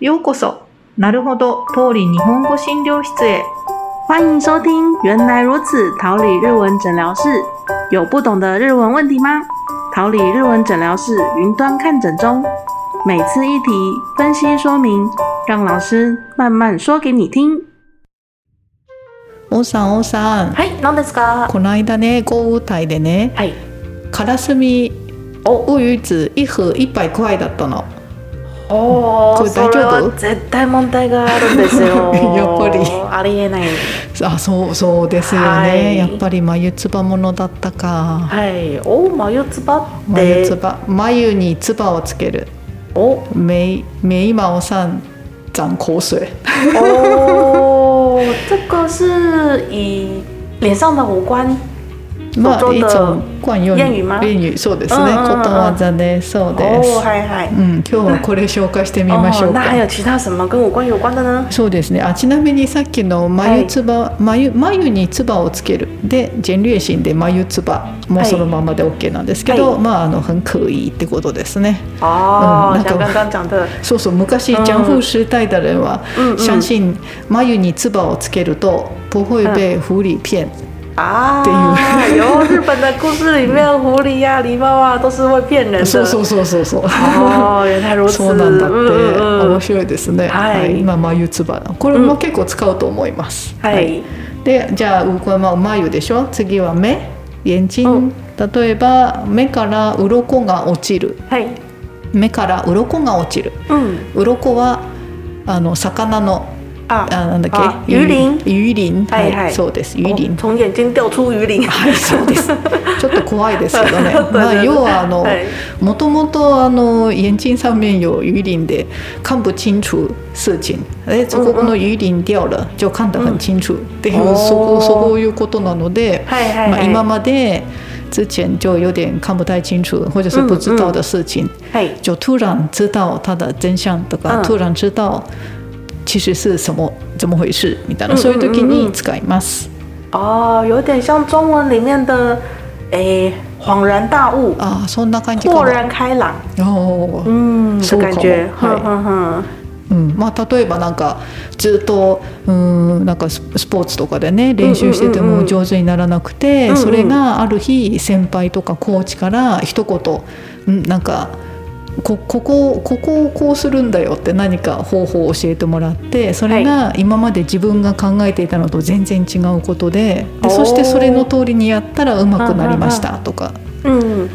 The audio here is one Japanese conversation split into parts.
ようこそ、なるほど、通り日本語診療室へ。欢迎收听《原来如此》桃李日文诊疗室。有不懂的日文问题吗？桃李日文诊疗室云端看诊中，每次一题分析说明，让老师慢慢说给你听。王さん王さん、はい、何ですか。この間ね豪雨帯でねはい。カラスミを唯一一封一杯くらいだったのおこお、れそれ大丈は夫。絶対問題があるんですよ やっぱりありえない。あそうそうですよね、はいやっぱり眉つばものだったかはい。お、眉唾っ眉つて。ば眉につばをつけるお、眉眉毛上长口水おー、 这个是以脸上的五官。まそあういそうつそうも慣用谚語吗谚語そうですね、うんうんうんうんことわざでそうおです、ー、はいはいうん。今日はこれ紹介してみましょ哦う那か还有其他什么跟五官有关的呢？そうですね。あちなみにさっきの眉つば、眉眉につばをつけるで前立腺で眉つばもそのままで OK なんですけど、はいまああの很可以ってことですね。哦嗯那，个像刚刚讲的，そうそう昔ジャンフーシュータイダレンはうんうん写真眉につばをつけると不会被狐狸骗。啊对，有日本的故事里面，狐狸呀、狸猫啊，都是会骗人的。そうそうそうそうそう。哦，原来如此。そうなんだって、嗯面白いですね。はい今眉つばこれも結構使うと思います。はい。でじゃあこれまあ眉でしょ次は目眼睛例えば目から鱗が落ちるはい。目から鱗が落ちるうん。鱗はあの魚のああ、なんだあっけ魚鱗魚鱗はいはいそうです魚鱗 お从眼睛掉出鱼 鳞。はいそうですちょっと怖いですけどね そうですねまあ要はあの、はいもともとあの眼睛上面有鱼鳞的看不清楚事情えそこの鱼鳞掉了就看得很清楚っていう、おーそこそういうことなので、はいはいまはあ、い。今まで之前就有点看不太清楚或者是不知道的事情、はい。就突然知道它的真相とか、うん突然知道其实是什么怎么回事みたいな、うんそういう時に使います。哦，有点像中文里面的，诶，恍然大悟，ああそんな感じか豁な。然开朗，おー嗯そ的うかも感觉。はい哼哼哼。うんまあ、例えばなんかずっとうーんなんかススポーツとかでね練習しててうんうんうんうもん上手にならなくて、うんうんそれがある日先輩とかコーチから一言うんなんかこここここをこうするんだよって何か方法を教えてもらってそれが今まで自分が考えていたのと全然違うことででおーそしてそれの通りにやったらうまくなりましたとか嗯，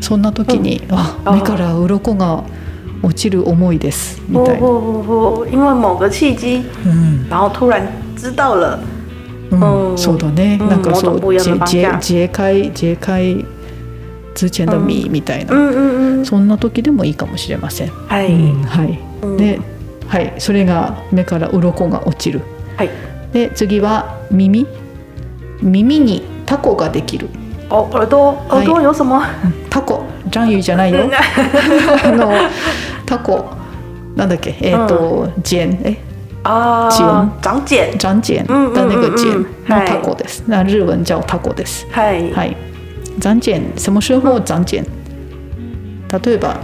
そんな時に「ああー目から鱗が落ちる思いです」み不たいな。不不不，因为某个契机，うん然后突然知道了，うん、うんそうだね、うんなんかそもっとう不一自样的自方向自衛隊自衛隊之前的米みたいな、嗯嗯そんな時でもいいかもしれません、嗯，嗨うんはいうんで、はい、それが目から鱗が落ちる嗨，で次は耳耳にタコができる哦，耳朵哎耳朵有什么？タコジャンユじゃないよ あのタコなんだっけえっ、と、ジェンえ啊茧，长茧，ジャンジェンうんうんうんうんだね个ジェンはのいタコです、な日文叫タコです嗨，はい。长茧什么时候长茧？例えば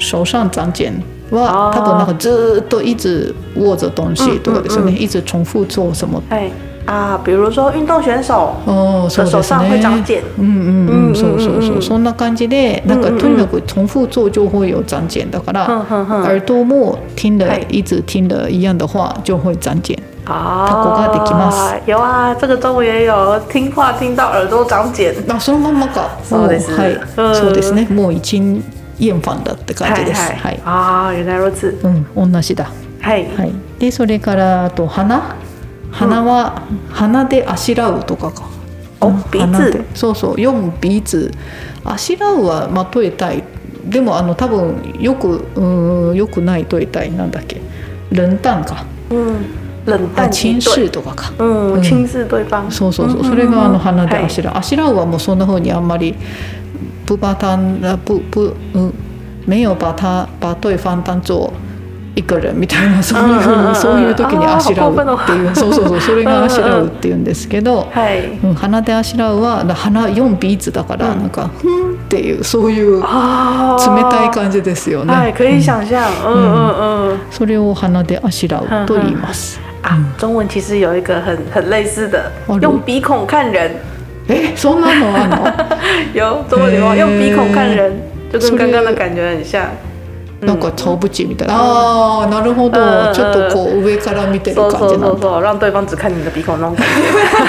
手上长茧はあー多分なんかずーっと一直握着东西とかですよね。うんうん一直重复做什么？嗨啊，比如说运动选手，哦，そう手です上会长ね。茧，うんうんううんうんうんうんん、そうそうそう。そんな感じで、なんかうんうんうんとにかく重复做就会有长茧だから哼，哼哼，耳朵も听了はい一直听了一样的话就会长茧。啊タコができます有啊，这个中文也有，听话听到耳朵长茧。あ、そのまんまか。そうですもはい。うんそうですね。もう一厌烦だって感じです。はい。啊，原来如此。うん、同じだ。嗨，はい、でそれからあと鼻鼻は、鼻であしらうとかか。おうん鼻鼻ででそうそう読むビーツあしらうはまあとえたいでもあの多分よくうーんよくないとえたいなんだっけ冷淡か嗯，冷あ淡寝敌对，室とかか嗯，嗯轻视对方。そうそうそう、嗯それがあの嗯鼻で嗨あしらう、あしらうはもうそんな風にあんまり不把它不不嗯没有把它把对方当做いくるみたいなそういうふうんうんううんにそういう時にあーあしらうっていうそうそうそうそれがあしらううんうっんていうんですけど、はい。うん、鼻であしらうはだ鼻4ビーツだからうんなんか「ふ、ん」っていうそういう冷あーたい感じですよね。はい，哎可以想象，嗯嗯嗯，それを鼻であしらうと言います。啊，中文其实有一个很很类似的哦，如用鼻孔看人， え、そんなのあんの？有中文里面嘿用鼻孔看人，就所跟以刚刚的感觉很像。なんか超ぶちみたいな。ああ、なるほうんうど。んちょっとこう上から見てる说感说じな说んだ。说，让对方只看你的鼻孔那种感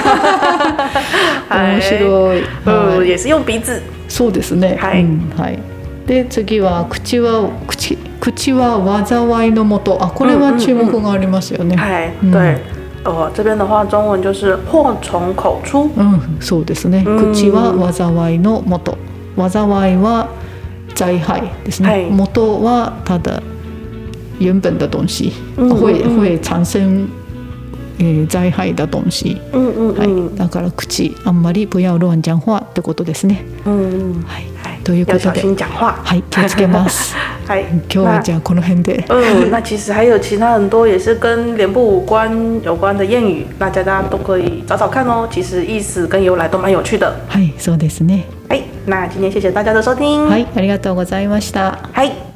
觉。面い。白い。嗯，はい、也是用鼻子。そうですね。はういんはい。で次は口は口口は災いのもと。あ、これは注目がありますよね。哎，嗯对，哦，这边的话，中文就是祸从口出。うん、そうですね。うん口は災いのもと。災いは灾害ですね。はい元はただ原本的东西，うんうんうん会会产生、えー災害的东西。嗯嗯はい、嗯だから口あんまり不要乱讲话ってことですね。嗯嗯，はい、哎というこ要と小で、心讲话。はい、気をつけ ます。哎，今日はじゃあこの辺で。嗯，那其实还有其他很多也是跟脸部五官有关的谚语，那大家都可以找找看哦。其实意思跟由来都蛮有趣的。はい、そうですね。哎，那今天谢谢大家的收听。はい、ありがとうございました。嗨。